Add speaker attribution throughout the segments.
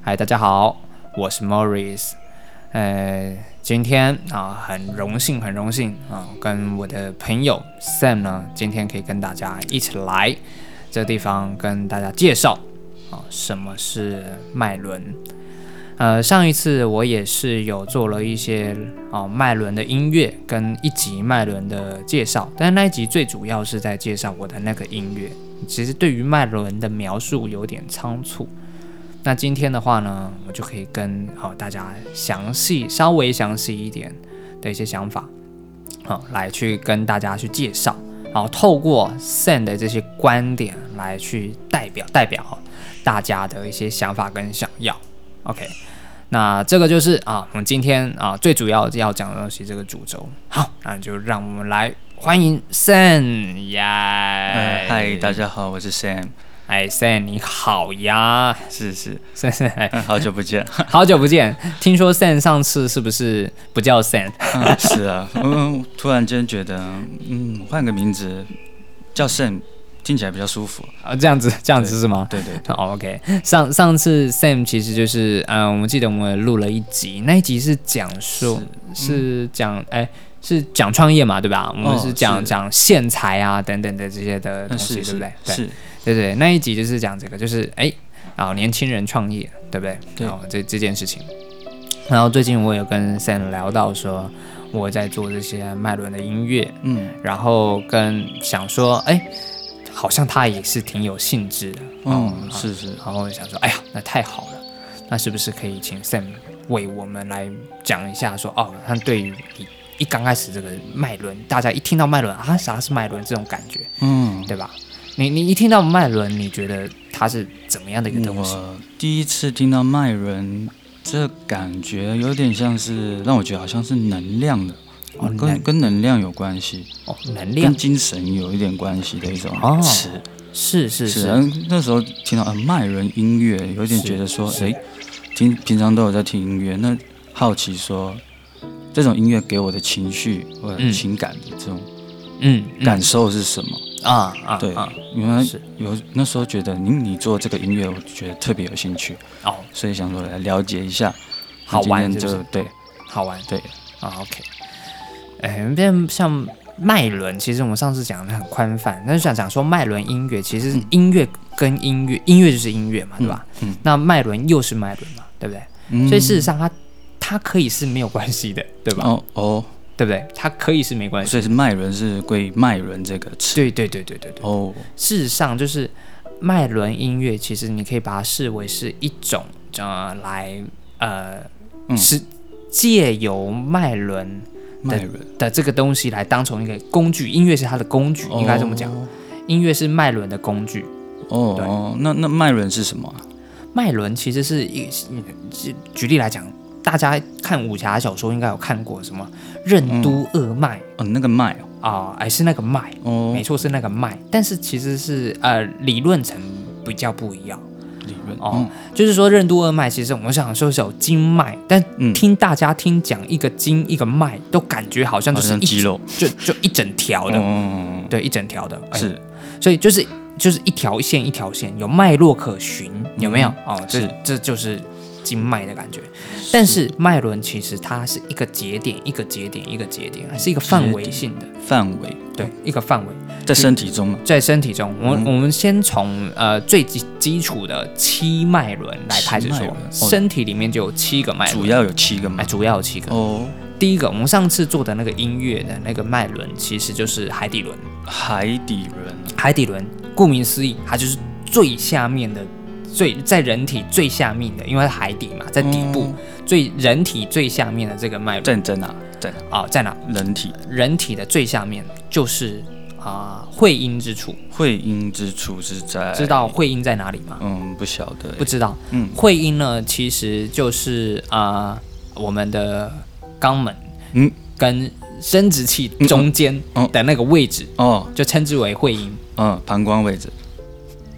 Speaker 1: 嗨，大家好，我是 Morris。呃，今天啊，很荣幸，很荣幸啊，跟我的朋友 Sam 呢，今天可以跟大家一起来这地方跟大家介绍啊，什么是脉轮。呃，上一次我也是有做了一些啊脉轮的音乐跟一集脉轮的介绍，但是那一集最主要是在介绍我的那个音乐。其实对于脉轮的描述有点仓促。那今天的话呢，我就可以跟好、大家详细、稍微详细一点的一些想法，好、来去跟大家去介绍，然后透过 Sam 的这些观点来去代表代表哦大家的一些想法跟想要。OK，那这个就是啊，我们今天啊最主要要讲的东西，这个主轴。好，那就让我们来欢迎 Sam 呀！
Speaker 2: 呃嗨、大家好，我 是 Sam，
Speaker 1: 哎，Sam 你好呀
Speaker 2: 是是，
Speaker 1: ，Sam Sam，哎
Speaker 2: 嗯好久 不见，
Speaker 1: 好久不见。听说 Sam 上次是不是不叫 Sam？
Speaker 2: 嗯是啊，嗯，突然间觉得，嗯，换个名字叫 Sam，听起来比较舒服，
Speaker 1: 啊，这样子，这样子是吗？
Speaker 2: 对对对，
Speaker 1: 哦，OK，上上次 Sam 其实就是，嗯，我们记得我们录了一集，那一集是讲述是讲，哎、是讲创业嘛，对吧？我们
Speaker 2: 哦
Speaker 1: 是讲
Speaker 2: 是
Speaker 1: 讲线材啊等等的这些的东
Speaker 2: 嗯
Speaker 1: 西，
Speaker 2: 是
Speaker 1: 对不
Speaker 2: 是
Speaker 1: 对？对
Speaker 2: 是，
Speaker 1: 对对，那一集就是讲这个，就是哎，啊、年轻人创业，对不对？
Speaker 2: 对
Speaker 1: 然后这这件事情。然后最近我有跟 Sam 聊到说，我在做这些脉轮的音乐，
Speaker 2: 嗯
Speaker 1: 然后跟想说，哎，好像他也是挺有兴致的，
Speaker 2: 嗯
Speaker 1: 啊
Speaker 2: 是是，
Speaker 1: 然后我想说，哎呀，那太好了，那是不是可以请 Sam 为我们来讲一下说，哦，他对于一一刚开始这个脉轮，大家一听到脉轮啊，啥是脉轮这种感觉，
Speaker 2: 嗯，
Speaker 1: 对吧？你你一听到脉轮，你觉得它是怎么样的一个东西？
Speaker 2: 我第一次听到麦伦，这感觉有点像是让我觉得好像是能量的，
Speaker 1: 哦能
Speaker 2: 跟跟能量有关系，
Speaker 1: 哦，能
Speaker 2: 跟
Speaker 1: 量
Speaker 2: 精神有一点关系的一种
Speaker 1: 哦
Speaker 2: 词。
Speaker 1: 是是
Speaker 2: 是，
Speaker 1: 是，
Speaker 2: 嗯那时候听到呃麦伦音乐，有点觉得说，
Speaker 1: 是
Speaker 2: 哎，听平常都有在听音乐，那好奇说，这种音乐给我的情绪或
Speaker 1: 嗯
Speaker 2: 者情感的这种
Speaker 1: 嗯，嗯
Speaker 2: 感受是什么？
Speaker 1: 啊啊
Speaker 2: 对嗯
Speaker 1: 啊，
Speaker 2: 因为
Speaker 1: 是
Speaker 2: 有那时候觉得你你做这个音乐，我觉得特别有兴趣，
Speaker 1: 哦，
Speaker 2: 所以想说来了解一下。
Speaker 1: 好玩
Speaker 2: 今天
Speaker 1: 是
Speaker 2: 就
Speaker 1: 不是
Speaker 2: 对
Speaker 1: 好玩
Speaker 2: 对，
Speaker 1: 啊，OK，哎，变像脉轮，其实我们上次讲的很宽泛，但是想讲说脉轮音乐，其实音乐跟音乐，音乐就是音乐嘛，对吧？
Speaker 2: 嗯嗯
Speaker 1: 那脉轮又是脉轮嘛，对不对？
Speaker 2: 嗯
Speaker 1: 所以事实上它它可以是没有关系的，对吧？
Speaker 2: 哦哦，
Speaker 1: 对不对？它可以是没关系。
Speaker 2: 所以是麦伦是归麦伦这个词
Speaker 1: 对对对对对对。
Speaker 2: 哦，
Speaker 1: 事实上，就是脉轮音乐，其实你可以把它视为是一种呃来呃、
Speaker 2: 嗯
Speaker 1: 是借由脉轮
Speaker 2: 麦伦
Speaker 1: 的这个东西来当成一个工具，音乐是它的工具，应该这么讲，
Speaker 2: 哦
Speaker 1: 音乐是脉轮的工具。
Speaker 2: 哦
Speaker 1: 对
Speaker 2: 哦，那那麦伦是什么啊？
Speaker 1: 脉轮其实是一，嗯举举例来讲，大家看武侠小说应该有看过什么任督二脉
Speaker 2: 哦，那个麦哦
Speaker 1: 啊，哎、是那个脉，
Speaker 2: 哦，
Speaker 1: 没错是那个脉，但是其实是呃理论层比较不一样。
Speaker 2: 理论
Speaker 1: 哦，就是说任督二脉，其实我们想说是有经脉，但
Speaker 2: 嗯
Speaker 1: 听大家听讲一个经一个脉，都感觉好像就是一
Speaker 2: 肌肉，
Speaker 1: 就就一整条的，
Speaker 2: 嗯，
Speaker 1: 对，一整条的，哎
Speaker 2: 是
Speaker 1: 所以就是就是一条线一条线，有脉络可循，有没有？哦，这
Speaker 2: 是
Speaker 1: 这就是经脉的感觉。但是脉轮其实它是一个节点一个节点一个节点，还是一个范围性的，
Speaker 2: 范围
Speaker 1: 对，一个范围
Speaker 2: 在身体中嘛，
Speaker 1: 在身体中。我
Speaker 2: 嗯
Speaker 1: 们、我们先从呃最基基础的七脉轮来开始
Speaker 2: 七脉
Speaker 1: 说
Speaker 2: 轮，哦
Speaker 1: 身体里面就有七个脉轮，
Speaker 2: 主要有七个
Speaker 1: 哎，
Speaker 2: 嘛。
Speaker 1: 主要有七个。
Speaker 2: 哦，
Speaker 1: 第一个，我们上次做的那个音乐的那个脉轮，其实就是海底轮。
Speaker 2: 海底轮
Speaker 1: 海底轮，顾名思义，它就是最下面的，最在人体最下面的，因为它海底嘛，在底部、最人体最下面的这个脉轮
Speaker 2: 嗯在在哪？在哪？
Speaker 1: 啊、在哪？
Speaker 2: 人体
Speaker 1: 人体的最下面就是啊、会阴之处，
Speaker 2: 会阴之处是在
Speaker 1: 知？道会阴在哪里吗？
Speaker 2: 嗯，不晓得
Speaker 1: 不
Speaker 2: 欸。
Speaker 1: 知道。
Speaker 2: 嗯
Speaker 1: 会阴呢，其实就是啊、我们的肛门，
Speaker 2: 嗯，
Speaker 1: 跟生殖器中间
Speaker 2: 嗯
Speaker 1: 的那个位置，
Speaker 2: 哦，
Speaker 1: 就称之为会阴。
Speaker 2: 嗯，膀胱位置。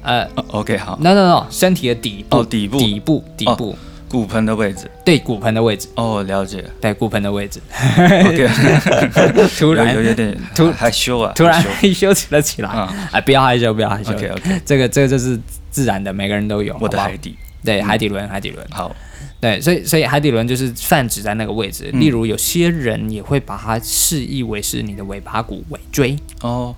Speaker 1: 呃
Speaker 2: 哦 OK，好。
Speaker 1: ，no no no，身体的底部，
Speaker 2: 哦，底部
Speaker 1: 底部，底
Speaker 2: 哦
Speaker 1: 部。
Speaker 2: 骨盆的位置。
Speaker 1: 对骨盆的位置，
Speaker 2: 哦，了 解。
Speaker 1: 对骨盆的位 置，
Speaker 2: OK，
Speaker 1: 突然
Speaker 2: 有有有点
Speaker 1: 突
Speaker 2: 害羞啊，
Speaker 1: 突然
Speaker 2: 害羞
Speaker 1: 害 羞起了起来，
Speaker 2: 啊。
Speaker 1: 哎，不要害羞，不要害羞
Speaker 2: OK OK，
Speaker 1: 这个这个就是自然的，每个人都有。
Speaker 2: 我的嗯
Speaker 1: 好不好
Speaker 2: 海底
Speaker 1: 对，海底轮，海底轮。
Speaker 2: 好，
Speaker 1: 对，所以所以海底轮就是泛指在那个位置。
Speaker 2: 嗯
Speaker 1: 例如，有些人也会把它视意为是你的尾巴骨、尾椎。
Speaker 2: 哦，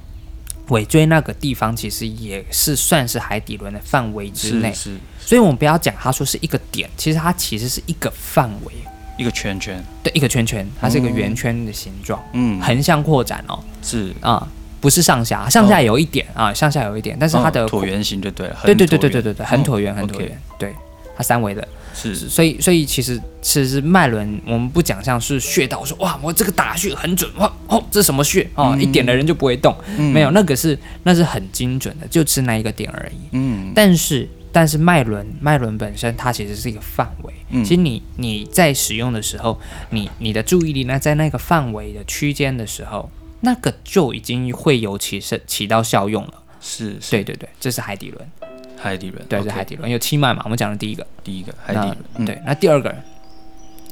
Speaker 1: 尾椎那个地方其实也是算是海底轮的范围之
Speaker 2: 是
Speaker 1: 内，
Speaker 2: 是
Speaker 1: 所以我们不要讲它说是一个点，其实它其实是一个范围，
Speaker 2: 一个圈圈，
Speaker 1: 对，一个圈圈，它是一个圆圈的形状，
Speaker 2: 嗯，
Speaker 1: 横向扩展哦，
Speaker 2: 是
Speaker 1: 啊、不是上下，上下有一点啊、上下有一点，但是它的、
Speaker 2: 哦椭，圆形就对了，很
Speaker 1: 对对对
Speaker 2: 椭
Speaker 1: 对
Speaker 2: 圆
Speaker 1: 对对对，很
Speaker 2: 哦
Speaker 1: 椭圆，很椭
Speaker 2: OK
Speaker 1: 圆，对，它三维的，
Speaker 2: 是
Speaker 1: 所以所以其实其实脉轮我们不讲像是穴道，说哇我这个打穴很准哇哦这什么穴哦、
Speaker 2: 嗯
Speaker 1: 一点的人就不会动，没有那个是那是很精准的，就吃那一个点而已。
Speaker 2: 嗯
Speaker 1: 但是但是脉轮脉轮本身它其实是一个范围，
Speaker 2: 嗯
Speaker 1: 其实你你在使用的时候，你你的注意力呢在那个范围的区间的时候，那个就已经会有起是起到效用了。
Speaker 2: 是是
Speaker 1: 对对对，这是海底轮，
Speaker 2: 海底轮，
Speaker 1: 对，这
Speaker 2: OK，
Speaker 1: 是海底轮有七脉嘛，我们讲的第一个。
Speaker 2: 第一个海底轮，
Speaker 1: 那
Speaker 2: 嗯，
Speaker 1: 对，那第二个，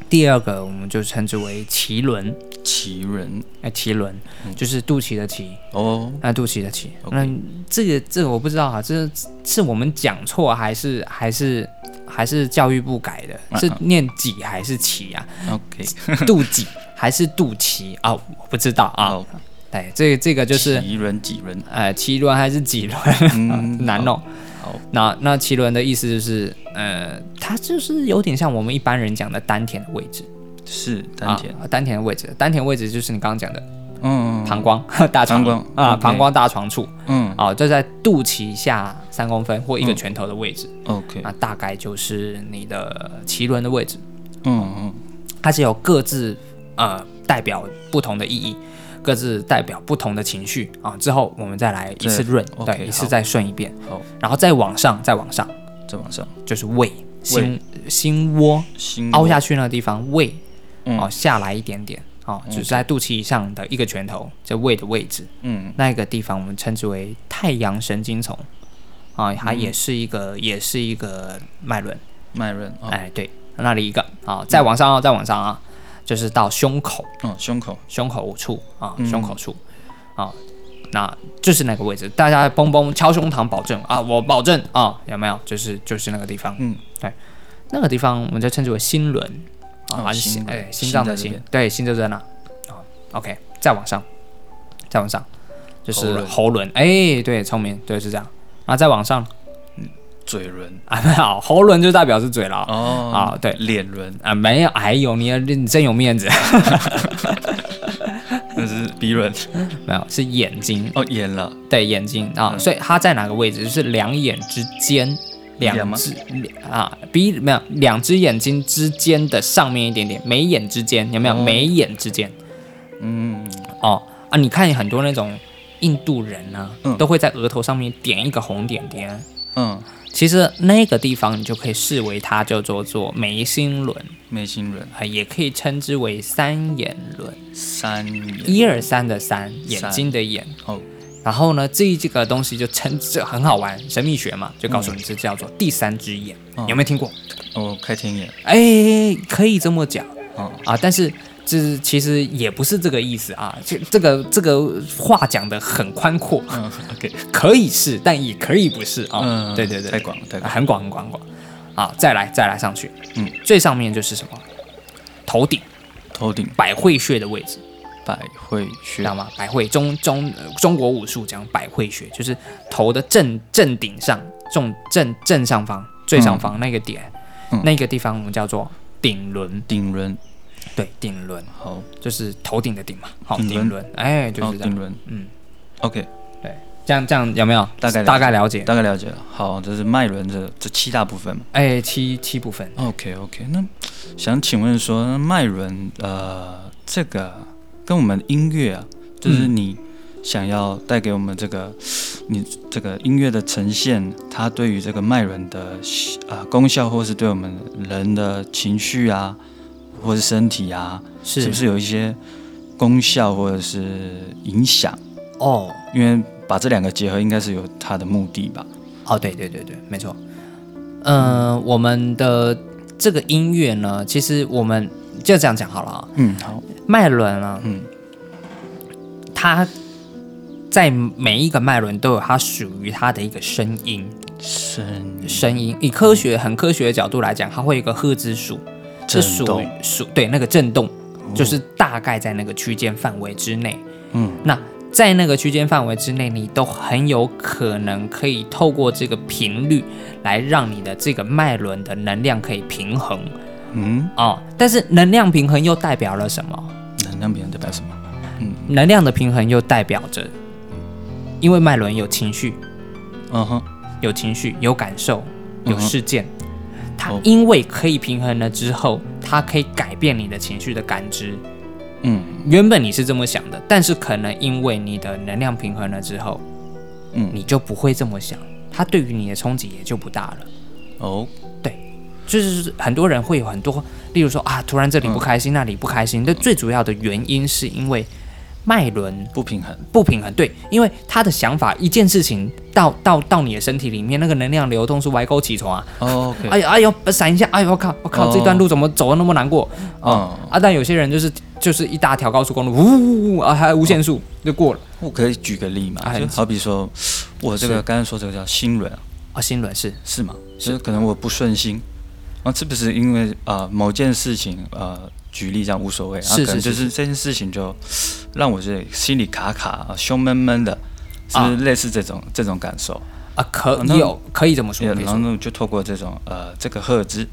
Speaker 1: 第二个我们就称之为脐轮，
Speaker 2: 脐轮，
Speaker 1: 哎，脐轮
Speaker 2: 嗯
Speaker 1: 就是肚脐的脐，
Speaker 2: 哦，
Speaker 1: 啊，肚脐的脐。
Speaker 2: OK
Speaker 1: 那这个这个我不知道哈、啊这是我们讲错还是还是还是教育部改的？
Speaker 2: 嗯
Speaker 1: 是念几还是脐 啊？
Speaker 2: OK，
Speaker 1: 肚脐还是肚脐啊？我不知道啊。
Speaker 2: 好，
Speaker 1: 对，这个这个就是
Speaker 2: 脐轮，脐轮，
Speaker 1: 呃脐轮还是几轮？
Speaker 2: 嗯
Speaker 1: 难
Speaker 2: 好
Speaker 1: 弄。
Speaker 2: 好
Speaker 1: 那那脐轮的意思就是，呃，它就是有点像我们一般人讲的丹田的位置，
Speaker 2: 是丹田，
Speaker 1: 啊、丹田的位置，丹田位置就是你刚刚讲的
Speaker 2: 嗯，
Speaker 1: 膀胱、 大肠
Speaker 2: 膀胱
Speaker 1: 啊，
Speaker 2: ，OK
Speaker 1: 膀胱大肠处
Speaker 2: 嗯
Speaker 1: 啊，就在肚脐下三公分或一个
Speaker 2: 嗯
Speaker 1: 拳头的位置，
Speaker 2: ，OK，
Speaker 1: 那大概就是你的脐轮的位置，
Speaker 2: 嗯
Speaker 1: 它是有各自呃代表不同的意义。各自代表不同的情绪啊，之后我们再来一次
Speaker 2: 对
Speaker 1: 润，
Speaker 2: OK，
Speaker 1: 对，一次
Speaker 2: 好
Speaker 1: 再顺一遍，
Speaker 2: 嗯，好，
Speaker 1: 然后再往上，再往上，
Speaker 2: 嗯再往上，
Speaker 1: 就是胃，心心窝
Speaker 2: 心
Speaker 1: 凹下去那个地方，胃
Speaker 2: 嗯
Speaker 1: 哦下来一点点哦，只是在肚脐以上的一个拳头，这胃的位置
Speaker 2: 嗯，
Speaker 1: 那个地方，我们称之为太阳神经丛啊，它
Speaker 2: 嗯
Speaker 1: 也是一个、也是一个脉轮，
Speaker 2: 脉轮，哦
Speaker 1: 哎对，那里一个啊，再往上啊，再往上啊，就是到胸口
Speaker 2: 哦，胸口，
Speaker 1: 胸口处啊，
Speaker 2: 嗯
Speaker 1: 胸口处啊。那就是那个位置，大家嘣嘣敲胸膛，保证啊，我保证啊，有没有？就是就是那个地方，
Speaker 2: 嗯，
Speaker 1: 那个地方我们就称之为心轮啊，
Speaker 2: 哦
Speaker 1: 还是心
Speaker 2: 心轮
Speaker 1: 哎心脏的
Speaker 2: 心在这
Speaker 1: 心
Speaker 2: 边，
Speaker 1: 对，心就在那啊。OK，再往上，再往上就是喉轮，哎，对，聪明，对，是这样。然后再往上
Speaker 2: 嘴轮，
Speaker 1: 啊，没有，喉轮就代表是嘴了啊
Speaker 2: 哦，
Speaker 1: 啊对
Speaker 2: 脸轮，
Speaker 1: 啊，没有，哎呦，你你真有面子，
Speaker 2: 那是鼻轮，
Speaker 1: 没有，是眼睛，
Speaker 2: 哦，眼了，
Speaker 1: 对，眼睛啊，
Speaker 2: 嗯
Speaker 1: 所以它在哪个位置？就是两眼之间。
Speaker 2: 眼
Speaker 1: 两
Speaker 2: 吗
Speaker 1: 只啊，鼻没有，两只眼睛之间的上面一点点，眉眼之间有没有？
Speaker 2: 哦
Speaker 1: 眉眼之间，
Speaker 2: 嗯，
Speaker 1: 哦啊，你看很多那种印度人呢、
Speaker 2: 嗯
Speaker 1: 都会在额头上面点一个红点点。啊
Speaker 2: 嗯，
Speaker 1: 其实那个地方你就可以视为它叫做做眉心轮，
Speaker 2: 眉心轮，
Speaker 1: 啊，也可以称之为三眼轮，
Speaker 2: 三眼，
Speaker 1: 一二三的三，眼
Speaker 2: 三
Speaker 1: 睛的眼。
Speaker 2: 哦，
Speaker 1: 然后呢，这一这个东西就称这很好玩，神秘学嘛，就告诉你是叫做第三只眼，
Speaker 2: 嗯
Speaker 1: 有没有听过？
Speaker 2: 哦，开天眼，
Speaker 1: 哎，可以这么讲。
Speaker 2: 哦，
Speaker 1: 啊，但是这其实也不是这个意思啊，这这个这个话讲的很宽阔，
Speaker 2: 嗯，OK，
Speaker 1: 可以是，但也可以不是啊。
Speaker 2: 嗯，
Speaker 1: 对对对，
Speaker 2: 太广了，太
Speaker 1: 啊
Speaker 2: 广了，
Speaker 1: 很广很广很广啊，再来再来上去，
Speaker 2: 嗯，
Speaker 1: 最上面就是什么？头顶
Speaker 2: 头顶
Speaker 1: 百会穴的位置，
Speaker 2: 百会
Speaker 1: 知
Speaker 2: 穴
Speaker 1: 道，吗？百会中中、呃中国武术讲百会穴，就是头的正正顶上，正正正上方最上方那个点，
Speaker 2: 嗯
Speaker 1: 那个地方我们叫做顶轮，
Speaker 2: 顶轮，
Speaker 1: 对，顶轮
Speaker 2: 好，
Speaker 1: 就是头顶的顶嘛，好，
Speaker 2: 顶轮
Speaker 1: 顶轮，哎，就
Speaker 2: 哦，
Speaker 1: 是这样
Speaker 2: 顶，轮
Speaker 1: 嗯，
Speaker 2: ，OK，
Speaker 1: 这样这样有没有
Speaker 2: 大概了解
Speaker 1: 大概了解？
Speaker 2: 大概了解了，好，这是脉轮的这七大部分嘛。
Speaker 1: 哎，七七部分，
Speaker 2: OK OK，那想请问说，那脉轮呃，这个跟我们音乐啊，就是
Speaker 1: 嗯
Speaker 2: 你想要带给我们这个你这个音乐的呈现，它对于这个脉轮的呃功效，或是对我们人的情绪啊，或是身体啊，
Speaker 1: 是
Speaker 2: 是不是有一些功效或者是影响？
Speaker 1: 哦
Speaker 2: 因为把这两个结合，应该是有它的目的吧？
Speaker 1: 哦，对对对对，没错。嗯、我们的这个音乐呢，其实我们就这样讲好了啊。
Speaker 2: 嗯，好，
Speaker 1: 脉轮啊，
Speaker 2: 嗯，
Speaker 1: 它在每一个脉轮都有它属于它的一个声音，
Speaker 2: 声音
Speaker 1: 声音，以科学很科学的角度来讲，它会有一个赫兹数，是
Speaker 2: 震
Speaker 1: 属
Speaker 2: 动
Speaker 1: 于，属对那个震动，就是大概在那个区间范围之内。
Speaker 2: 嗯，
Speaker 1: 那在那个区间范围之内，你都很有可能可以透过这个频率来让你的这个脉轮的能量可以平衡
Speaker 2: 嗯，
Speaker 1: 哦。但是能量平衡又代表了什么？
Speaker 2: 能量别人代表什么？
Speaker 1: 能量的平衡又代表着，因为脉轮有情绪，
Speaker 2: 嗯哼，
Speaker 1: 有情绪，有感受，
Speaker 2: 嗯
Speaker 1: 有
Speaker 2: 哼
Speaker 1: 事件。它
Speaker 2: 哦
Speaker 1: 因为可以平衡了之后，它可以改变你的情绪的感知。
Speaker 2: 嗯
Speaker 1: 原本你是这么想的，但是可能因为你的能量平衡了之后，
Speaker 2: 嗯，
Speaker 1: 你就不会这么想，它对于你的冲击也就不大了。
Speaker 2: 哦，
Speaker 1: 就是很多人会有很多，例如说啊，突然这里不开
Speaker 2: 嗯
Speaker 1: 心，那里不开心。但最主要的原因是因为脉轮
Speaker 2: 不平衡，
Speaker 1: 不平衡，对，因为他的想法一件事情到到到你的身体里面，那个能量流动是歪钩起床啊，
Speaker 2: 哦，OK，
Speaker 1: 哎呦哎呦，闪一下，哎呦我靠我靠，
Speaker 2: 哦
Speaker 1: 这段路怎么走的那么难过
Speaker 2: 哦，
Speaker 1: 啊？但有些人就是就是一大条高速公路，呜呜呜啊，还无限速就过了
Speaker 2: 我可以举个例嘛，
Speaker 1: 哎
Speaker 2: 就好比说，我这
Speaker 1: 是
Speaker 2: 个刚才说这个叫心轮啊，
Speaker 1: 啊，心轮是
Speaker 2: 是吗？就是可能我不顺心，啊，是不是因为啊、呃某件事情呃举例这样无所谓，啊，
Speaker 1: 是
Speaker 2: 可
Speaker 1: 是
Speaker 2: 能就是是这件事情就让我这心里卡卡、啊胸闷闷的，是不
Speaker 1: 啊
Speaker 2: 是类似这种、这种感受？
Speaker 1: 啊，可
Speaker 2: 啊那
Speaker 1: 有可以这么说，
Speaker 2: 也
Speaker 1: 可以
Speaker 2: 然
Speaker 1: 说
Speaker 2: 后就透过这种呃这个赫兹，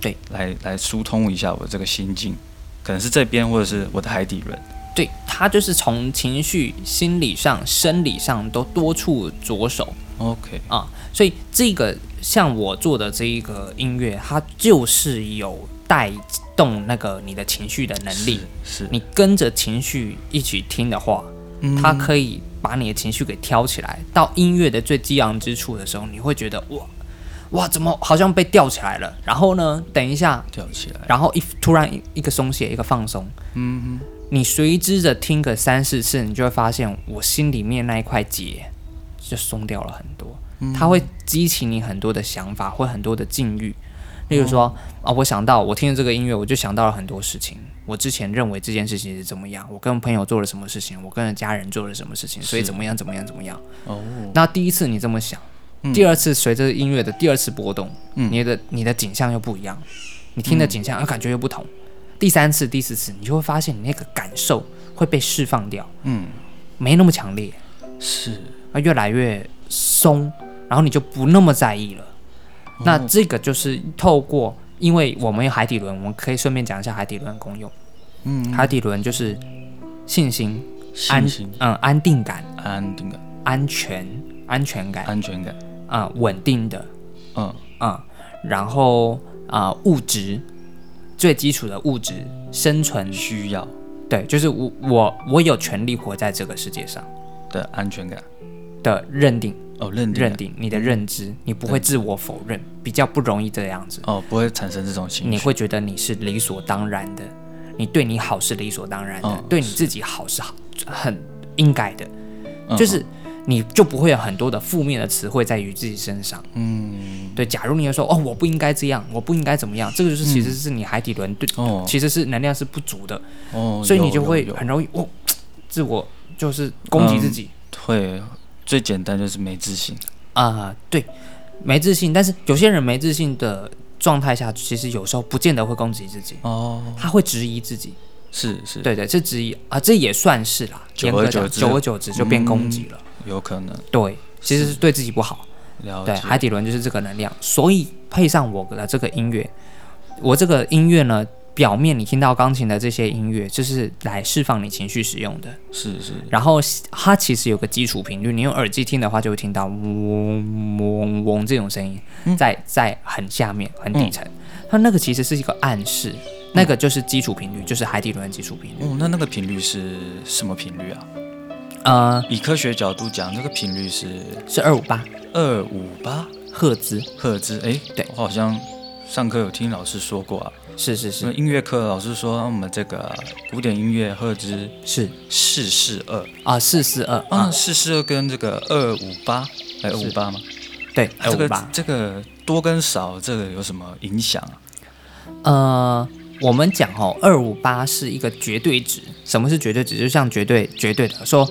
Speaker 1: 对，
Speaker 2: 来来疏通一下我这个心境，可能是这边或者是我的海底轮，
Speaker 1: 对他就是从情绪、心理上、生理上都多处着手。
Speaker 2: OK，
Speaker 1: 啊，所以这个像我做的这一个音乐，它就是有带动那个你的情绪的能力。
Speaker 2: 是，
Speaker 1: 你跟着情绪一起听的话，它
Speaker 2: 嗯
Speaker 1: 可以把你的情绪给挑起来。到音乐的最激昂之处的时候，你会觉得哇哇，怎么好像被吊起来了？然后呢，等一下，
Speaker 2: 吊起来，
Speaker 1: 然后一突然一一个松懈，一个放松，
Speaker 2: 嗯
Speaker 1: 你随之的听个三四次，你就会发现我心里面那一块结就松掉了很多。
Speaker 2: 嗯
Speaker 1: 它会激起你很多的想法，会很多的境遇。例如说
Speaker 2: 哦
Speaker 1: 啊，我想到我听了这个音乐，我就想到了很多事情。我之前认为这件事情是怎么样，我跟朋友做了什么事情，我跟家人做了什么事情，所以
Speaker 2: 是
Speaker 1: 怎么样怎么样怎么样。
Speaker 2: 哼，哦，
Speaker 1: 那第一次你这么想，第二次随着音乐的第二次波动，
Speaker 2: 嗯
Speaker 1: 你的你的景象又不一样，你听的景象、啊感觉又不同。第三次、第四次，你就会发现你那个感受会被释放掉，
Speaker 2: 嗯，
Speaker 1: 没那么强烈，
Speaker 2: 是，
Speaker 1: 啊，越来越松，然后你就不那么在意了。
Speaker 2: 哦
Speaker 1: 那这个就是透过，因为我们有海底轮，我们可以顺便讲一下海底轮的功用。
Speaker 2: 嗯，
Speaker 1: 海底轮就是信心、安
Speaker 2: 信心、
Speaker 1: 嗯安定感、
Speaker 2: 安定感、
Speaker 1: 安全、安全感
Speaker 2: 安全感，
Speaker 1: 啊、稳定的
Speaker 2: 嗯。
Speaker 1: 啊、然后啊、物质最基础的物质生存，
Speaker 2: 需要
Speaker 1: 对，就是我我我有权利活在这个世界上
Speaker 2: 的安全感。
Speaker 1: 的认定。
Speaker 2: 哦，认定嗯
Speaker 1: 认
Speaker 2: 感
Speaker 1: 定你的认知，你不会自我否认，比较不容易这样子。
Speaker 2: 哦，不会产生这种情绪。
Speaker 1: 你会觉得你是理所当然的，你对你好是理所当然的，
Speaker 2: 嗯
Speaker 1: 对你自己好是好很应该的，
Speaker 2: 嗯
Speaker 1: 就是你就不会有很多的负面的词汇在于自己身上。
Speaker 2: 嗯
Speaker 1: 对，假如你又说哦，我不应该这样，我不应该怎么样，这个就是其实是你海底轮对，
Speaker 2: 嗯哦
Speaker 1: 其实是能量是不足的，
Speaker 2: 哦，
Speaker 1: 所以你
Speaker 2: 有
Speaker 1: 就
Speaker 2: 有
Speaker 1: 会
Speaker 2: 有
Speaker 1: 很容易哦，自我就是攻击自
Speaker 2: 嗯
Speaker 1: 己。
Speaker 2: 会最简单就是没自信。
Speaker 1: 啊、对，没自信。但是有些人没自信的状态下，其实有时候不见得会攻击自己，
Speaker 2: 哦，
Speaker 1: 他会质疑自己。
Speaker 2: 是是，
Speaker 1: 对对，这质疑啊，这也算是啦。
Speaker 2: 久
Speaker 1: 严
Speaker 2: 而
Speaker 1: 格
Speaker 2: 久
Speaker 1: 讲，
Speaker 2: 之
Speaker 1: 久而久之就变攻
Speaker 2: 嗯
Speaker 1: 击了。
Speaker 2: 有可能
Speaker 1: 对，其实是对自己不好。
Speaker 2: 了
Speaker 1: 对，
Speaker 2: 解。
Speaker 1: 海底轮就是这个能量，所以配上我的这个音乐，我这个音乐呢，表面你听到钢琴的这些音乐，就是来释放你情绪使用的。
Speaker 2: 是是，
Speaker 1: 然后它其实有个基础频率，你用耳机听的话，就会听到嗡嗡嗡这种声音，在在很下面很底层，它那个其实是一个暗示，那个就是基础频率，就是海底轮的基础频率。
Speaker 2: 哦，那那个频率是什么频率啊？
Speaker 1: 呃，
Speaker 2: 以科学角度讲，那个频率是
Speaker 1: 是二五八
Speaker 2: 二五八
Speaker 1: 赫兹，
Speaker 2: 赫兹。哎，
Speaker 1: 对
Speaker 2: 我好像上课有听老师说过啊，
Speaker 1: 是是
Speaker 2: 什么
Speaker 1: 是
Speaker 2: 音乐课老师说我们这个古典音乐赫兹
Speaker 1: 是
Speaker 2: 四四二。
Speaker 1: 嗯啊，四四二
Speaker 2: 啊，
Speaker 1: 啊，
Speaker 2: 四四二跟这个二五八，哎，二五八吗？
Speaker 1: 对，
Speaker 2: 哎
Speaker 1: 二
Speaker 2: 这
Speaker 1: 五
Speaker 2: 个
Speaker 1: 八。
Speaker 2: 这个多跟少，这个有什么影响啊？
Speaker 1: 呃，我们讲哦，二五八是一个绝对值。什么是绝对值？就像绝对绝对的说，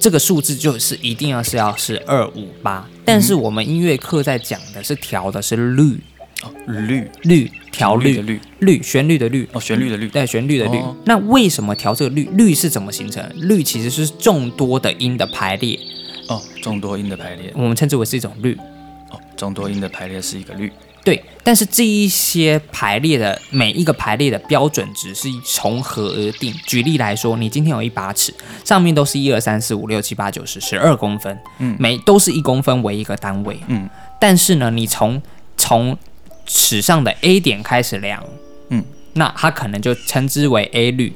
Speaker 1: 这个数字就是一定要是要是二五八。但是我们音乐课在讲的是调的是律
Speaker 2: 哦，律
Speaker 1: 律调
Speaker 2: 律的
Speaker 1: 律
Speaker 2: 律
Speaker 1: 律旋律的律
Speaker 2: 哦，旋律的律
Speaker 1: 对旋律的律。
Speaker 2: 哦
Speaker 1: 那为什么调这个律？律是怎么形成的？律其实是众多的音的排列，
Speaker 2: 哦，众多音的排列
Speaker 1: 我们称之为是一种律。
Speaker 2: 哦，众多音的排列是一个律
Speaker 1: 对，但是这一些排列的每一个排列的标准值是从何而定？举例来说，你今天有一把尺，上面都是一二三四五六七八九十十二公分，
Speaker 2: 嗯
Speaker 1: 每都是一公分为一个单位，
Speaker 2: 嗯，
Speaker 1: 但是呢，你从从尺上的 A 点开始量，
Speaker 2: 嗯，
Speaker 1: 那它可能就称之为 A 率。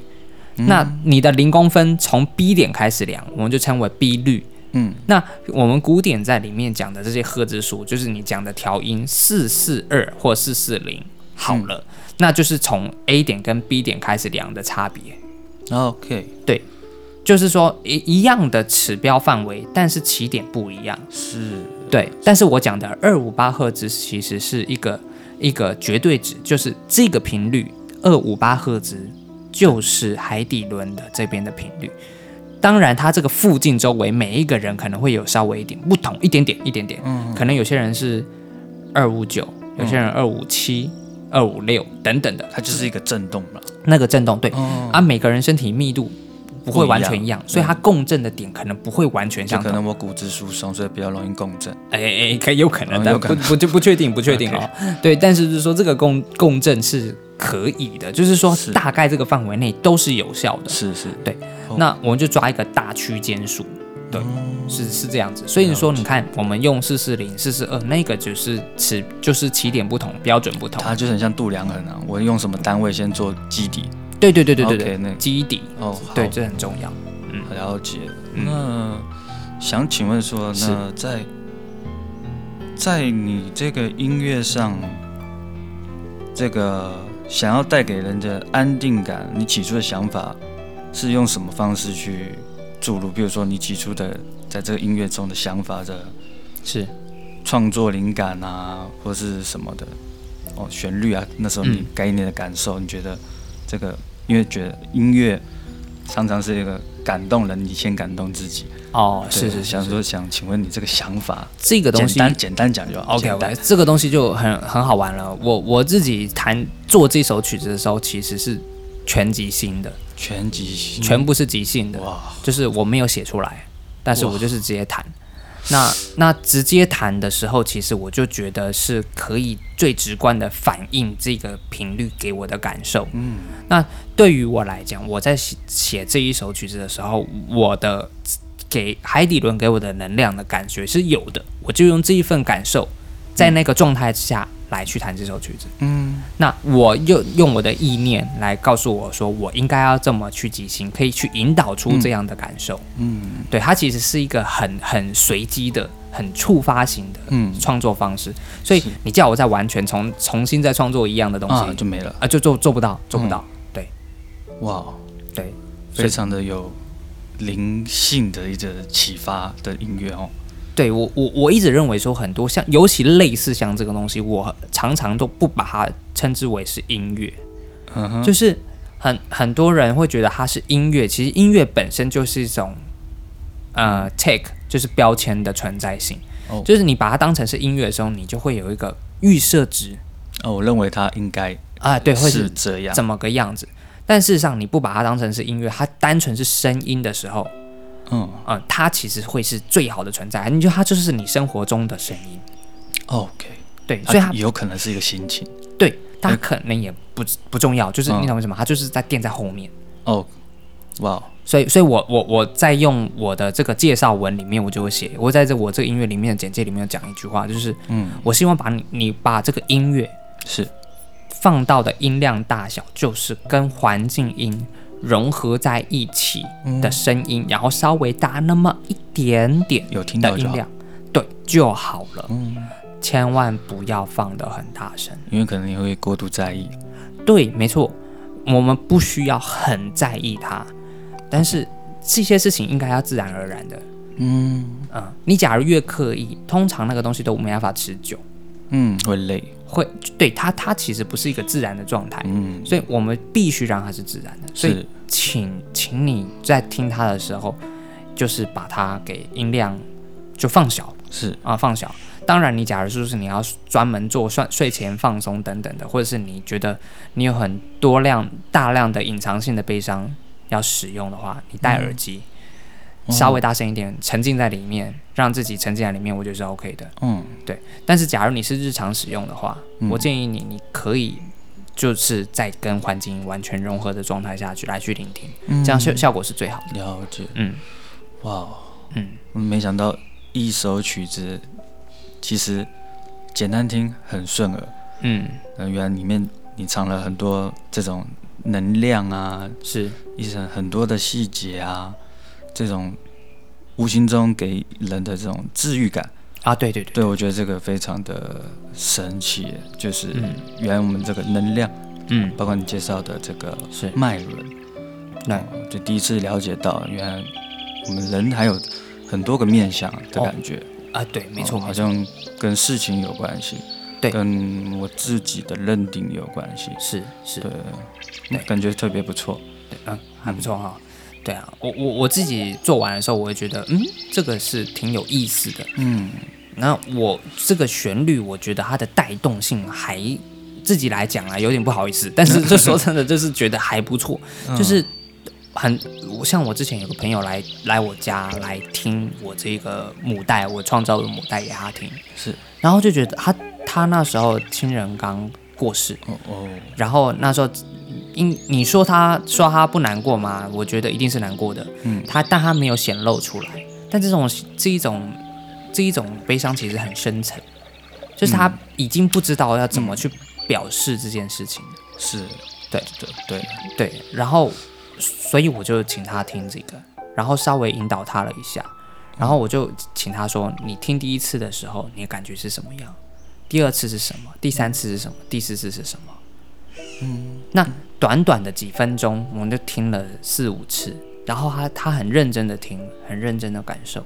Speaker 1: 那你的零公分从 B 点开始量，我们就称为 B 率。
Speaker 2: 嗯，
Speaker 1: 那我们古典在里面讲的这些赫兹数，就是你讲的调音四四二或四四零，好了，那就是从 A 点跟 B 点开始量的差别。
Speaker 2: OK
Speaker 1: 对，就是说一一样的指标范围，但是起点不一样。
Speaker 2: 是
Speaker 1: 对，但是我讲的二五八赫兹其实是一个一个绝对值，就是这个频率二五八赫兹就是海底轮的这边的频率。当然，它这个附近周围每一个人可能会有稍微一点不同，一点点，一点点。
Speaker 2: 嗯
Speaker 1: 可能有些人是二五九，有些人二五七、二五六等等的，
Speaker 2: 它就是一个震动了
Speaker 1: 那个震动。对，
Speaker 2: 哦，
Speaker 1: 啊，每个人身体密度不
Speaker 2: 不
Speaker 1: 会
Speaker 2: 一
Speaker 1: 完
Speaker 2: 样
Speaker 1: 全一样，所以它共振的点可能不会完全
Speaker 2: 就
Speaker 1: 相
Speaker 2: 可
Speaker 1: 同。
Speaker 2: 能我骨质疏松，所以比较容易共振。
Speaker 1: 哎哎，哎可以有可能，
Speaker 2: 嗯
Speaker 1: 但
Speaker 2: 有可
Speaker 1: 不
Speaker 2: 能
Speaker 1: 不就不确定，不确定哦。 对，但是就是说这个共共振是可以的，就是说
Speaker 2: 是
Speaker 1: 大概这个范围内都是有效的。
Speaker 2: 是是，
Speaker 1: 对
Speaker 2: 哦
Speaker 1: 那我们就抓一个大区间数，对，是是这样子。所以说你看，我们用四四零、四四二，那个就是起就是起点不同，标准不同。
Speaker 2: 它就很像度量衡啊，我用什么单位先做基底？
Speaker 1: 对对对对对对
Speaker 2: OK，那
Speaker 1: 基底，
Speaker 2: 哦，好
Speaker 1: 对，这很重要。
Speaker 2: 了解。
Speaker 1: 嗯
Speaker 2: 那想请问说，
Speaker 1: 是
Speaker 2: 那在在你这个音乐上，这个想要带给人的安定感，你起初的想法是用什么方式去注入？比如说，你起初的在这个音乐中的想法的
Speaker 1: 是，
Speaker 2: 创作灵感啊，或是什么的，哦，旋律啊，那时候你
Speaker 1: 嗯
Speaker 2: 给你的感受，你觉得这个，因为觉得音乐常常是一个感动人，你先感动自己。
Speaker 1: 哦，
Speaker 2: 对
Speaker 1: 是是
Speaker 2: 想
Speaker 1: 是，
Speaker 2: 说想请问你这个想法，
Speaker 1: 这个东
Speaker 2: 简
Speaker 1: 西
Speaker 2: 单简单讲就好。
Speaker 1: OK，
Speaker 2: 简
Speaker 1: OK，
Speaker 2: 单
Speaker 1: 这个东西就很很好玩了。我我自己弹做这首曲子的时候，其实是全即兴的，
Speaker 2: 全集性
Speaker 1: 全部是即兴的，
Speaker 2: 哇，
Speaker 1: 就是我没有写出来，但是我就是直接弹。那那直接弹的时候，其实我就觉得是可以最直观的反映这个频率给我的感受。
Speaker 2: 嗯，
Speaker 1: 那对于我来讲，我在写写这一首曲子的时候，我的给海底轮给我的能量的感觉是有的，我就用这一份感受，在那个状态之下来去弹这首曲子。
Speaker 2: 嗯，
Speaker 1: 那我又用我的意念来告诉我说，我应该要这么去即兴，可以去引导出这样的感受。
Speaker 2: 嗯，
Speaker 1: 对，它其实是一个很很随机的、很触发型的
Speaker 2: 嗯
Speaker 1: 创作方式。所以
Speaker 2: 是
Speaker 1: 你叫我再完全重重新再创作一样的东西，
Speaker 2: 啊，就嗯没了。
Speaker 1: 啊，就做做不到，做不到。对
Speaker 2: 哇，
Speaker 1: 对，所以
Speaker 2: 非常的有灵性的一个启发的音乐哦。
Speaker 1: 对我我我一直认为说很多像，尤其类似像这个东西，我常常都不把它称之为是音乐，
Speaker 2: 嗯哼，
Speaker 1: 就是很很多人会觉得它是音乐，其实音乐本身就是一种呃 take，就是标签的存在性。
Speaker 2: 哦
Speaker 1: 就是你把它当成是音乐的时候，你就会有一个预设值
Speaker 2: 哦，我认为它应该
Speaker 1: 啊，对，会
Speaker 2: 是
Speaker 1: 是
Speaker 2: 这样。
Speaker 1: 怎么个样子。但事实上，你不把它当成是音乐，它单纯是声音的时候，
Speaker 2: 嗯，
Speaker 1: 嗯，它其实会是最好的存在。你就它就是你生活中的声音，
Speaker 2: OK，
Speaker 1: 对，所以它
Speaker 2: 也啊有可能是一个心情
Speaker 1: 对，它可能也不不重要，就是
Speaker 2: 嗯
Speaker 1: 你懂为什么？它就是在垫在后面。
Speaker 2: 哦。哇，
Speaker 1: 所以，所以我我我在用我的这个介绍文里面，我就会写，我在这我这个音乐里面的简介里面讲一句话，就是
Speaker 2: 嗯，
Speaker 1: 我希望把你你把这个音乐
Speaker 2: 是
Speaker 1: 放到的音量大小，就是跟环境音融合在一起
Speaker 2: 嗯
Speaker 1: 的声音，然后稍微大那么一点点
Speaker 2: 有听到
Speaker 1: 的
Speaker 2: 就
Speaker 1: 音
Speaker 2: 好。
Speaker 1: 量，对就好了，
Speaker 2: 嗯，
Speaker 1: 千万不要放得很大声。
Speaker 2: 因为可能你会过度在意。
Speaker 1: 对，没错，我们不需要很在意它，但是这些事情应该要自然而然的。
Speaker 2: 嗯
Speaker 1: 嗯，你假如越刻意，通常那个东西都没办法持久。
Speaker 2: 嗯，会累，
Speaker 1: 会对它它其实不是一个自然的状态，
Speaker 2: 嗯，
Speaker 1: 所以我们必须让它是自然的。哎所以
Speaker 2: 是，
Speaker 1: 请请你在听它的时候，就是把它给音量就放小
Speaker 2: 是，
Speaker 1: 啊，放小。当然，你假如说是你要专门做睡睡前放松等等的，或者是你觉得你有很多量大量的隐藏性的悲伤要使用的话，你戴
Speaker 2: 嗯
Speaker 1: 耳机，
Speaker 2: 哦
Speaker 1: 稍微大声一点，沉浸在里面，让自己沉浸在里面，我觉得是 OK 的。
Speaker 2: 嗯，
Speaker 1: 但是假如你是日常使用的话，
Speaker 2: 嗯
Speaker 1: 我建议你，你可以就是在跟环境完全融合的状态下去来去聆听，
Speaker 2: 嗯
Speaker 1: 这样效效果是最好的。
Speaker 2: 了解，
Speaker 1: 嗯，
Speaker 2: 哇，哦
Speaker 1: 嗯，
Speaker 2: 没想到一首曲子其实简单听很顺耳，
Speaker 1: 嗯，
Speaker 2: 呃，原来里面你藏了很多这种能量啊，
Speaker 1: 是
Speaker 2: 一些很多的细节啊，这种无形中给人的这种治愈感，
Speaker 1: 啊，对对对，
Speaker 2: 对我觉得这个非常的神奇耶，就是
Speaker 1: 嗯
Speaker 2: 原来我们这个能量，
Speaker 1: 嗯，
Speaker 2: 包括你介绍的这个
Speaker 1: 是
Speaker 2: 脉轮，
Speaker 1: 对
Speaker 2: 哦就第一次了解到原来我们人还有很多个面相的
Speaker 1: 哦
Speaker 2: 感觉。
Speaker 1: 啊，对，没错，
Speaker 2: 哦好
Speaker 1: 没错，
Speaker 2: 像跟事情有关系，
Speaker 1: 对
Speaker 2: 跟我自己的认定有关系，
Speaker 1: 是是，
Speaker 2: 对，
Speaker 1: 对
Speaker 2: 感觉特别不错，
Speaker 1: 嗯，还不错哈。对啊，我我我自己做完的时候，我会觉得，嗯，这个是挺有意思的。
Speaker 2: 嗯，
Speaker 1: 那我这个旋律，我觉得它的带动性还自己来讲啊，有点不好意思，但是就说真的，就是觉得还不错， 就是很我像我之前有个朋友来来我家来听我这个母带，我创造的母带给他听，
Speaker 2: 是，
Speaker 1: 然后就觉得他他那时候亲人刚过世，
Speaker 2: 哦哦，
Speaker 1: 然后那时候，因你说他说他不难过吗？我觉得一定是难过的。
Speaker 2: 嗯
Speaker 1: 他但他没有显露出来。但这种这一种这一种悲伤其实很深沉，就是他已经不知道要怎么去表示这件事情。
Speaker 2: 是，
Speaker 1: 对
Speaker 2: 对对，
Speaker 1: 对，然后所以我就请他听这个，然后稍微引导他了一下，然后我就请他说：“你听第一次的时候，你的感觉是什么样？第二次是什么？第三次是什么？第四次是什么？”嗯，那短短的几分钟，我们就听了四五次，然后他他很认真的听，很认真的感受，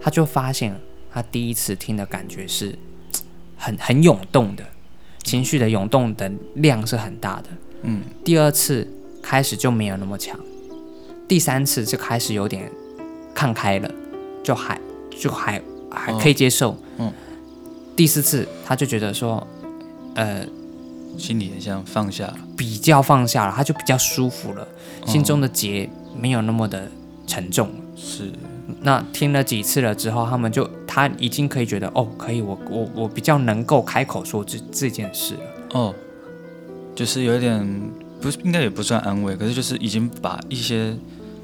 Speaker 1: 他就发现他第一次听的感觉是嘖很很涌动的，情绪的涌动的量是很大的。
Speaker 2: 嗯，
Speaker 1: 第二次开始就没有那么强，第三次就开始有点看开了，就还就还还可以接受。
Speaker 2: 嗯
Speaker 1: 第四次他就觉得说，呃，
Speaker 2: 心里也像放下了，
Speaker 1: 比较放下了，他就比较舒服了，心中的结没有那么的沉重了。
Speaker 2: 是，
Speaker 1: 那听了几次了之后，他们就他已经可以觉得哦，可以，我我我比较能够开口说这这件事了。
Speaker 2: 哦，就是有点不是，应该也不算安慰，可是就是已经把一些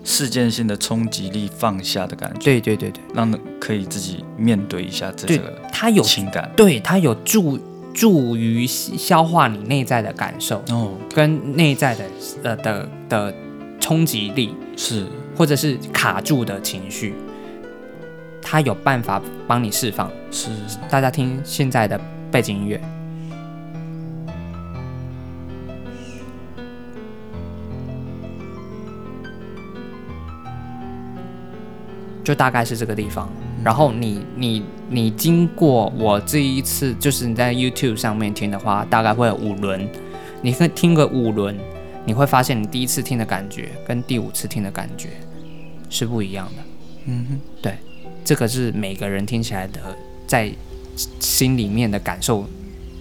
Speaker 2: 事件性的冲击力放下的感觉，
Speaker 1: 对对对对，
Speaker 2: 让可以自己面对一下这
Speaker 1: 对
Speaker 2: 个
Speaker 1: 他有
Speaker 2: 情感，
Speaker 1: 对它有助助于消化你内在的感受，
Speaker 2: 哦，
Speaker 1: 跟内在的呃的的冲击力，
Speaker 2: 是，
Speaker 1: 或者是卡住的情绪，它有办法帮你释放。
Speaker 2: 是
Speaker 1: 大家听现在的背景音乐，就大概是这个地方。然后你你你经过我这一次，就是你在 YouTube 上面听的话，大概会有五轮，你可以听个五轮，你会发现你第一次听的感觉跟第五次听的感觉是不一样的。
Speaker 2: 嗯哼。
Speaker 1: 这个是每个人听起来的，在心里面的感受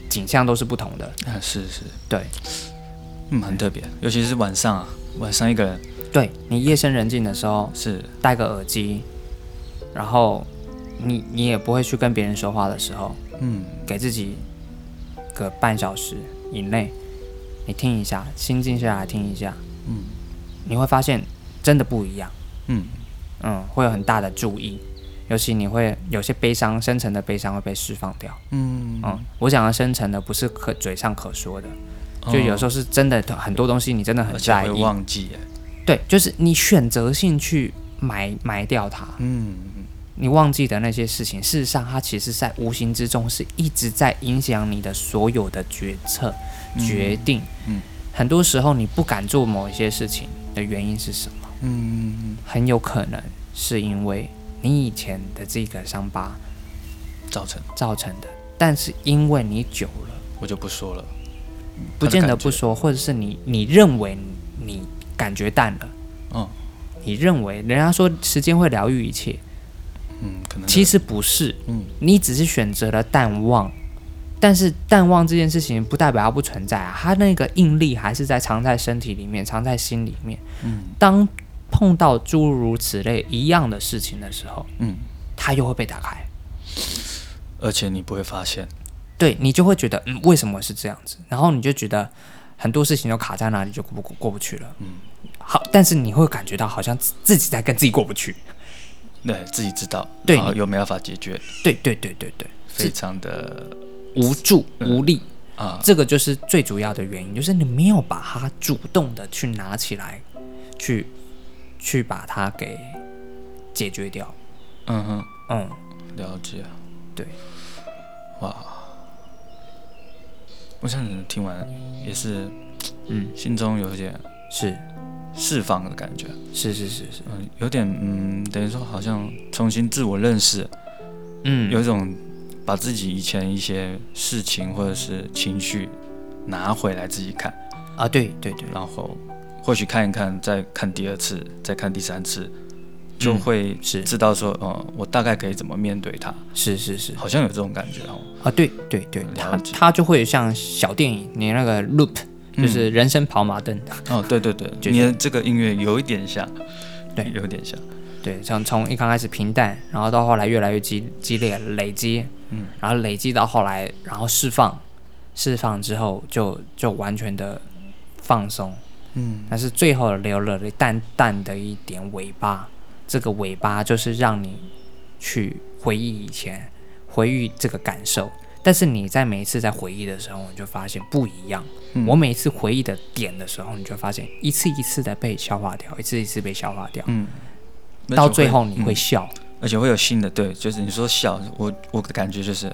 Speaker 1: 景象都是不同的。
Speaker 2: 啊，是是，
Speaker 1: 对，
Speaker 2: 嗯，很特别，尤其是晚上啊，晚上一个人
Speaker 1: 对你夜深人静的时候，
Speaker 2: 是
Speaker 1: 戴个耳机，然后你你也不会去跟别人说话的时候，
Speaker 2: 嗯，
Speaker 1: 给自己个半小时以内，你听一下，心静下来听一下，
Speaker 2: 嗯，
Speaker 1: 你会发现真的不一样。
Speaker 2: 嗯，
Speaker 1: 嗯，会有很大的注意，尤其你会有些悲伤，深层的悲伤会被释放掉。
Speaker 2: 嗯
Speaker 1: 嗯，我讲的深层的不是可嘴上可说的，
Speaker 2: 哦
Speaker 1: 就有时候是真的很多东西你真的很
Speaker 2: 而且
Speaker 1: 在
Speaker 2: 会
Speaker 1: 意，
Speaker 2: 忘记耶，
Speaker 1: 对，就是你选择性去埋埋掉它，
Speaker 2: 嗯，
Speaker 1: 你忘记的那些事情，事实上它其实在无形之中是一直在影响你的所有的决策、决定。
Speaker 2: 嗯
Speaker 1: 很多时候你不敢做某一些事情的原因是什么？
Speaker 2: 嗯，
Speaker 1: 很有可能是因为你以前的这个伤疤
Speaker 2: 造成
Speaker 1: 造成的但是因为你久了，
Speaker 2: 我就不说了。
Speaker 1: 不见得不说，
Speaker 2: 说，
Speaker 1: 或者是你你认为你感觉淡了，
Speaker 2: 嗯
Speaker 1: 你认为人家说时间会疗愈一切，
Speaker 2: 嗯，可能
Speaker 1: 其实不是，
Speaker 2: 嗯
Speaker 1: 你只是选择了淡忘，但是淡忘这件事情不代表它不存在啊，它那个应力还是在藏在身体里面，藏在心里面。
Speaker 2: 嗯
Speaker 1: 当碰到诸如此类一样的事情的时候，
Speaker 2: 嗯，
Speaker 1: 它又会被打开，
Speaker 2: 而且你不会发现，
Speaker 1: 对你就会觉得，嗯，为什么是这样子？然后你就觉得很多事情都卡在那里，就过不过不去了。
Speaker 2: 嗯，
Speaker 1: 好，但是你会感觉到好像自自己在跟自己过不去。
Speaker 2: 对自己知道，
Speaker 1: 对
Speaker 2: 然后又没办法解决，
Speaker 1: 对对对对对，
Speaker 2: 非常的
Speaker 1: 无助无力。
Speaker 2: 啊，
Speaker 1: 这个就是最主要的原因，就是你没有把它主动的去拿起来，去去把它给解决掉。
Speaker 2: 嗯哼。
Speaker 1: 嗯，
Speaker 2: 了解，啊
Speaker 1: 对，
Speaker 2: 哇，我想你听完也是，
Speaker 1: 嗯，
Speaker 2: 心中有一点
Speaker 1: 是
Speaker 2: 释放的感觉，
Speaker 1: 是是是是，
Speaker 2: 嗯，有点嗯，等于说好像重新自我认识，
Speaker 1: 嗯，
Speaker 2: 有一种把自己以前一些事情或者是情绪拿回来自己看，
Speaker 1: 啊，对对对，
Speaker 2: 然后或许看一看，再看第二次，再看第三次，就
Speaker 1: 嗯
Speaker 2: 会
Speaker 1: 是
Speaker 2: 知道说，哦、我大概可以怎么面对它，
Speaker 1: 是是是
Speaker 2: 好像有这种感觉哦，
Speaker 1: 啊，对对对，
Speaker 2: 了
Speaker 1: 它
Speaker 2: 解
Speaker 1: 它就会像小电影，你那个 loop 就
Speaker 2: 嗯
Speaker 1: 是人生跑马灯，
Speaker 2: 哦，对对对，
Speaker 1: 嗯就是
Speaker 2: 你的这个音乐有一点像，
Speaker 1: 对
Speaker 2: 有一点像，
Speaker 1: 对，从从一刚开始平淡，然后到后来越来越激激烈累积，
Speaker 2: 嗯，
Speaker 1: 然后累积到后来，然后释放，释放之后就就完全的放松，
Speaker 2: 嗯
Speaker 1: 但是最后留了淡淡的一点尾巴，这个尾巴就是让你去回忆以前，回忆这个感受。但是你在每一次在回忆的时候，你就发现不一样。
Speaker 2: 嗯
Speaker 1: 我每一次回忆的点的时候，你就发现一次一次的被消化掉，一次一次被消化掉，
Speaker 2: 嗯，
Speaker 1: 到最后你会
Speaker 2: 嗯
Speaker 1: 笑。
Speaker 2: 而且会有新的，对，就是你说笑，我我的感觉就是，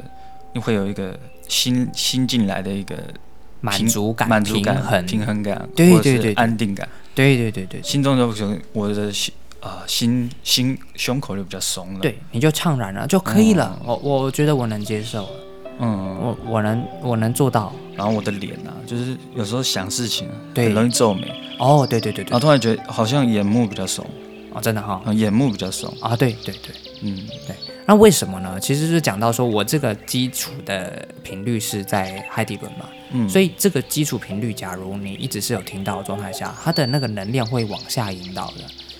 Speaker 2: 你会有一个新新进来的一个
Speaker 1: 满
Speaker 2: 平
Speaker 1: 足感、
Speaker 2: 满足感、
Speaker 1: 平衡。
Speaker 2: 平衡感，
Speaker 1: 对
Speaker 2: 或者
Speaker 1: 对
Speaker 2: 是
Speaker 1: 对对
Speaker 2: 安定感，
Speaker 1: 对对对对
Speaker 2: 心中就有我的心啊、心心胸口就比较松了，，
Speaker 1: 对，你就怅然了就可以了。
Speaker 2: 哦
Speaker 1: 我我觉得我能接受，
Speaker 2: 嗯，
Speaker 1: 我我能我能做到。
Speaker 2: 然后我的脸啊，就是有时候想事情啊
Speaker 1: 对
Speaker 2: 很容易皱眉，
Speaker 1: 哦，对对对
Speaker 2: 然
Speaker 1: 对
Speaker 2: 后，突然觉得好像眼目比较松，
Speaker 1: 哦，真的哈、
Speaker 2: 啊，眼目比较松，
Speaker 1: 啊，对对对。
Speaker 2: 嗯
Speaker 1: 那为什么呢？其实就是讲到说我这个基础的频率是在海底轮嘛，
Speaker 2: 嗯，
Speaker 1: 所以这个基础频率，假如你一直是有听到的状态下，它的那个能量会往下引导的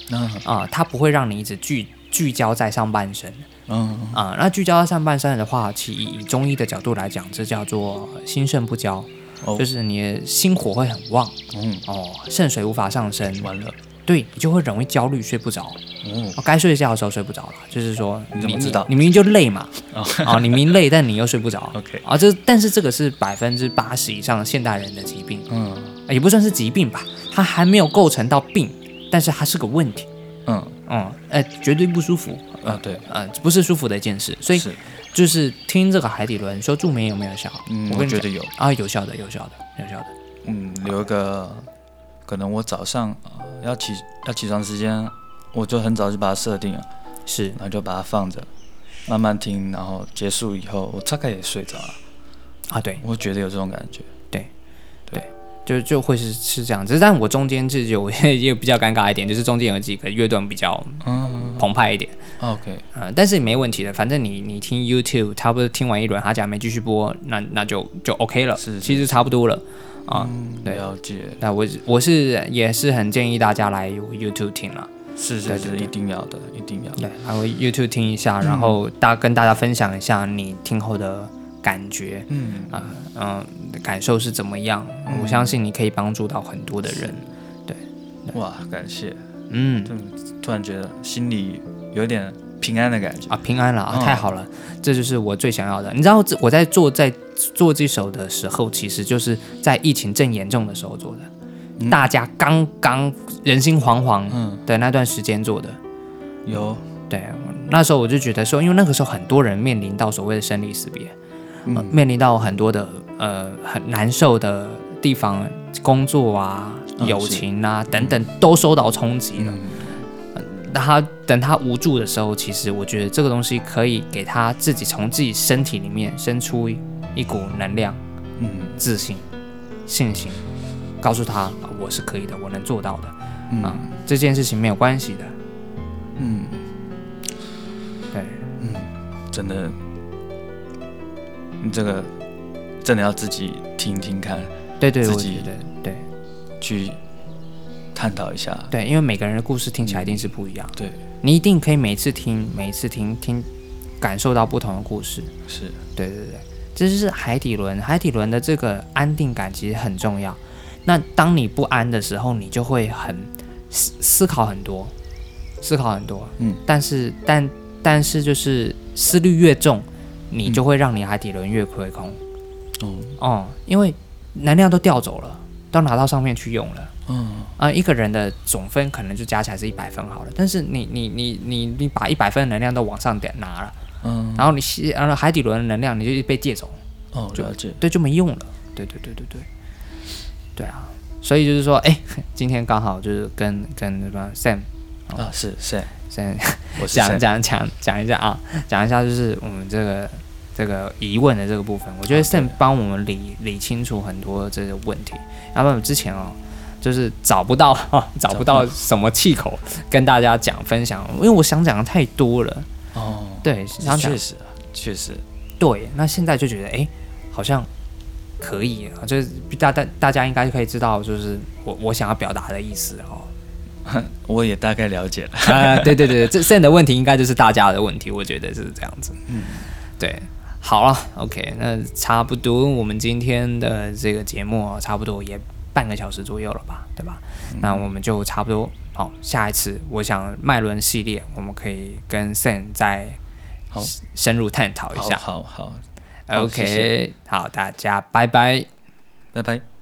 Speaker 2: 那
Speaker 1: 啊、它不会让你一直聚聚焦在上半身
Speaker 2: 嗯
Speaker 1: 啊、那聚焦在上半身的话，其以以中医的角度来讲，这叫做心肾不交，
Speaker 2: 哦
Speaker 1: 就是你的心火会很旺
Speaker 2: 嗯，
Speaker 1: 哦，肾水无法上升，
Speaker 2: 完了，
Speaker 1: 对你就会容易焦虑，睡不着。
Speaker 2: 哦，
Speaker 1: 哦该睡觉的时候睡不着了，就是说
Speaker 2: 你怎么知道
Speaker 1: 你明明就累嘛，
Speaker 2: 哦
Speaker 1: 啊，你明明累，但你又睡不着。
Speaker 2: OK
Speaker 1: 啊，这但是这个是百分之八十以上现代人的疾病，
Speaker 2: 嗯
Speaker 1: 也不算是疾病吧，它还没有构成到病，但是它是个问题。
Speaker 2: 嗯
Speaker 1: 嗯，呃，绝对不舒服，
Speaker 2: 啊，对，
Speaker 1: 呃，不是舒服的一件事。所以
Speaker 2: 是，
Speaker 1: 就是听这个海底轮说助眠有没有效？
Speaker 2: 嗯，
Speaker 1: 我
Speaker 2: 我
Speaker 1: 跟你
Speaker 2: 觉
Speaker 1: 讲
Speaker 2: 得有，
Speaker 1: 啊，有效的，有效的，有效的。
Speaker 2: 嗯，留一个，可能我早上、呃要起要起床时间，我就很早就把它设定了，
Speaker 1: 是
Speaker 2: 然后就把它放着，慢慢听，然后结束以后，我大概也睡着了，
Speaker 1: 啊，对，
Speaker 2: 我觉得有这种感觉，
Speaker 1: 就就会是是这样子。但我中间是有也比较尴尬一点，就是中间有几个乐段比较
Speaker 2: 嗯
Speaker 1: 澎湃一点。
Speaker 2: ，OK，
Speaker 1: 嗯，但是没问题的，反正你你听 YouTube 差不多听完一轮，他讲没继续播，那那就就 OK 了，
Speaker 2: 是是
Speaker 1: 其实差不多了啊。
Speaker 2: 嗯，
Speaker 1: 对
Speaker 2: 了解，
Speaker 1: 那我我是也是很建议大家来 YouTube 听了，
Speaker 2: 是
Speaker 1: 对
Speaker 2: 是
Speaker 1: 对
Speaker 2: 是，
Speaker 1: 对
Speaker 2: 一定要的，一定要，
Speaker 1: 对，来我 YouTube 听一
Speaker 2: 嗯
Speaker 1: 下，然后大跟大家分享一下你听后的感觉
Speaker 2: 嗯，
Speaker 1: 啊，嗯、感受是怎么样？我相信你可以帮助到很多的人，
Speaker 2: 哇，感谢，
Speaker 1: 嗯。
Speaker 2: 突然觉得心里有点平安的感觉，
Speaker 1: 啊，平安了啊，
Speaker 2: 嗯
Speaker 1: 太好了，这就是我最想要的。你知道，这我在做在做这首的时候，其实就是在疫情正严重的时候做的，
Speaker 2: 嗯
Speaker 1: 大家刚刚人心惶惶
Speaker 2: 嗯，
Speaker 1: 的那段时间做的。
Speaker 2: 有，
Speaker 1: 对，那时候我就觉得说，因为那个时候很多人面临到所谓的生离死别，呃
Speaker 2: 嗯
Speaker 1: 面临到很多的呃很难受的地方，工作啊、
Speaker 2: 嗯
Speaker 1: 友
Speaker 2: 是
Speaker 1: 情啊等等都受到冲击了。
Speaker 2: 嗯
Speaker 1: 他等他无助的时候，其实我觉得这个东西可以给他自己从自己身体里面生出一股能量、
Speaker 2: 嗯
Speaker 1: 自信、信心，告诉他啊我是可以的，我能做到的，啊
Speaker 2: 嗯
Speaker 1: 这件事情没有关系的。
Speaker 2: 嗯，
Speaker 1: 对，
Speaker 2: 真的，你这个真的要自己听听看，
Speaker 1: 对对，
Speaker 2: 自
Speaker 1: 我
Speaker 2: 己
Speaker 1: 觉得对
Speaker 2: 去探讨一下。
Speaker 1: 对，因为每个人的故事听起来一定是不一样，
Speaker 2: 对，
Speaker 1: 你一定可以每次听，每一次听听，感受到不同的故事。
Speaker 2: 是，
Speaker 1: 对对对，这就是海底轮。海底轮的这个安定感其实很重要。那当你不安的时候，你就会很思思考很多，思考很多。
Speaker 2: 嗯，
Speaker 1: 但是但但是就是思虑越重，
Speaker 2: 嗯
Speaker 1: 你就会让你海底轮越亏空。
Speaker 2: 哦，
Speaker 1: 哦、因为能量都调走了，都拿到上面去用了。
Speaker 2: 嗯
Speaker 1: 啊、一个人的总分可能就加起来是一百分好了，但是你你你你你把一百分的能量都往上点拿了，
Speaker 2: 嗯，
Speaker 1: 然后你吸，然后海底轮的能量你就被借走了
Speaker 2: 哦，了解，
Speaker 1: 对，就没用了。对对对对对，对啊，所以就是说，哎， 今天刚好就是跟跟什么 Sam
Speaker 2: 啊，是是，
Speaker 1: Sam
Speaker 2: 我是
Speaker 1: 哦讲
Speaker 2: 谁
Speaker 1: 讲讲讲一下啊，讲一下就是我们这个这个疑问的这个部分，我觉得 Sam 帮我们理理清楚很多这个问题，要不然我之前哦。就是找不到、 找不到什么气口跟大家讲分享，因为我想讲的太多了。
Speaker 2: 哦，
Speaker 1: 对，想讲
Speaker 2: 确实啊，确实，
Speaker 1: 对，那现在就觉得哎、诶好像可以啊，就是大大大家应该可以知道，就是我我想要表达的意思哦。
Speaker 2: 我也大概了解了。
Speaker 1: 啊，对对对，这 Sen 的问题应该就是大家的问题，我觉得是这样子。嗯，对，好了，OK，那差不多我们今天的这个节目、哦、差不多也半个小时左右了吧，对吧？
Speaker 2: 嗯
Speaker 1: 那我们就差不多好，下一次我想脉轮系列我们可以跟 Sen 再
Speaker 2: 好
Speaker 1: 深入探讨一
Speaker 2: 好
Speaker 1: 下。
Speaker 2: 好好，好谢
Speaker 1: OK，好，大家拜拜。
Speaker 2: 拜拜。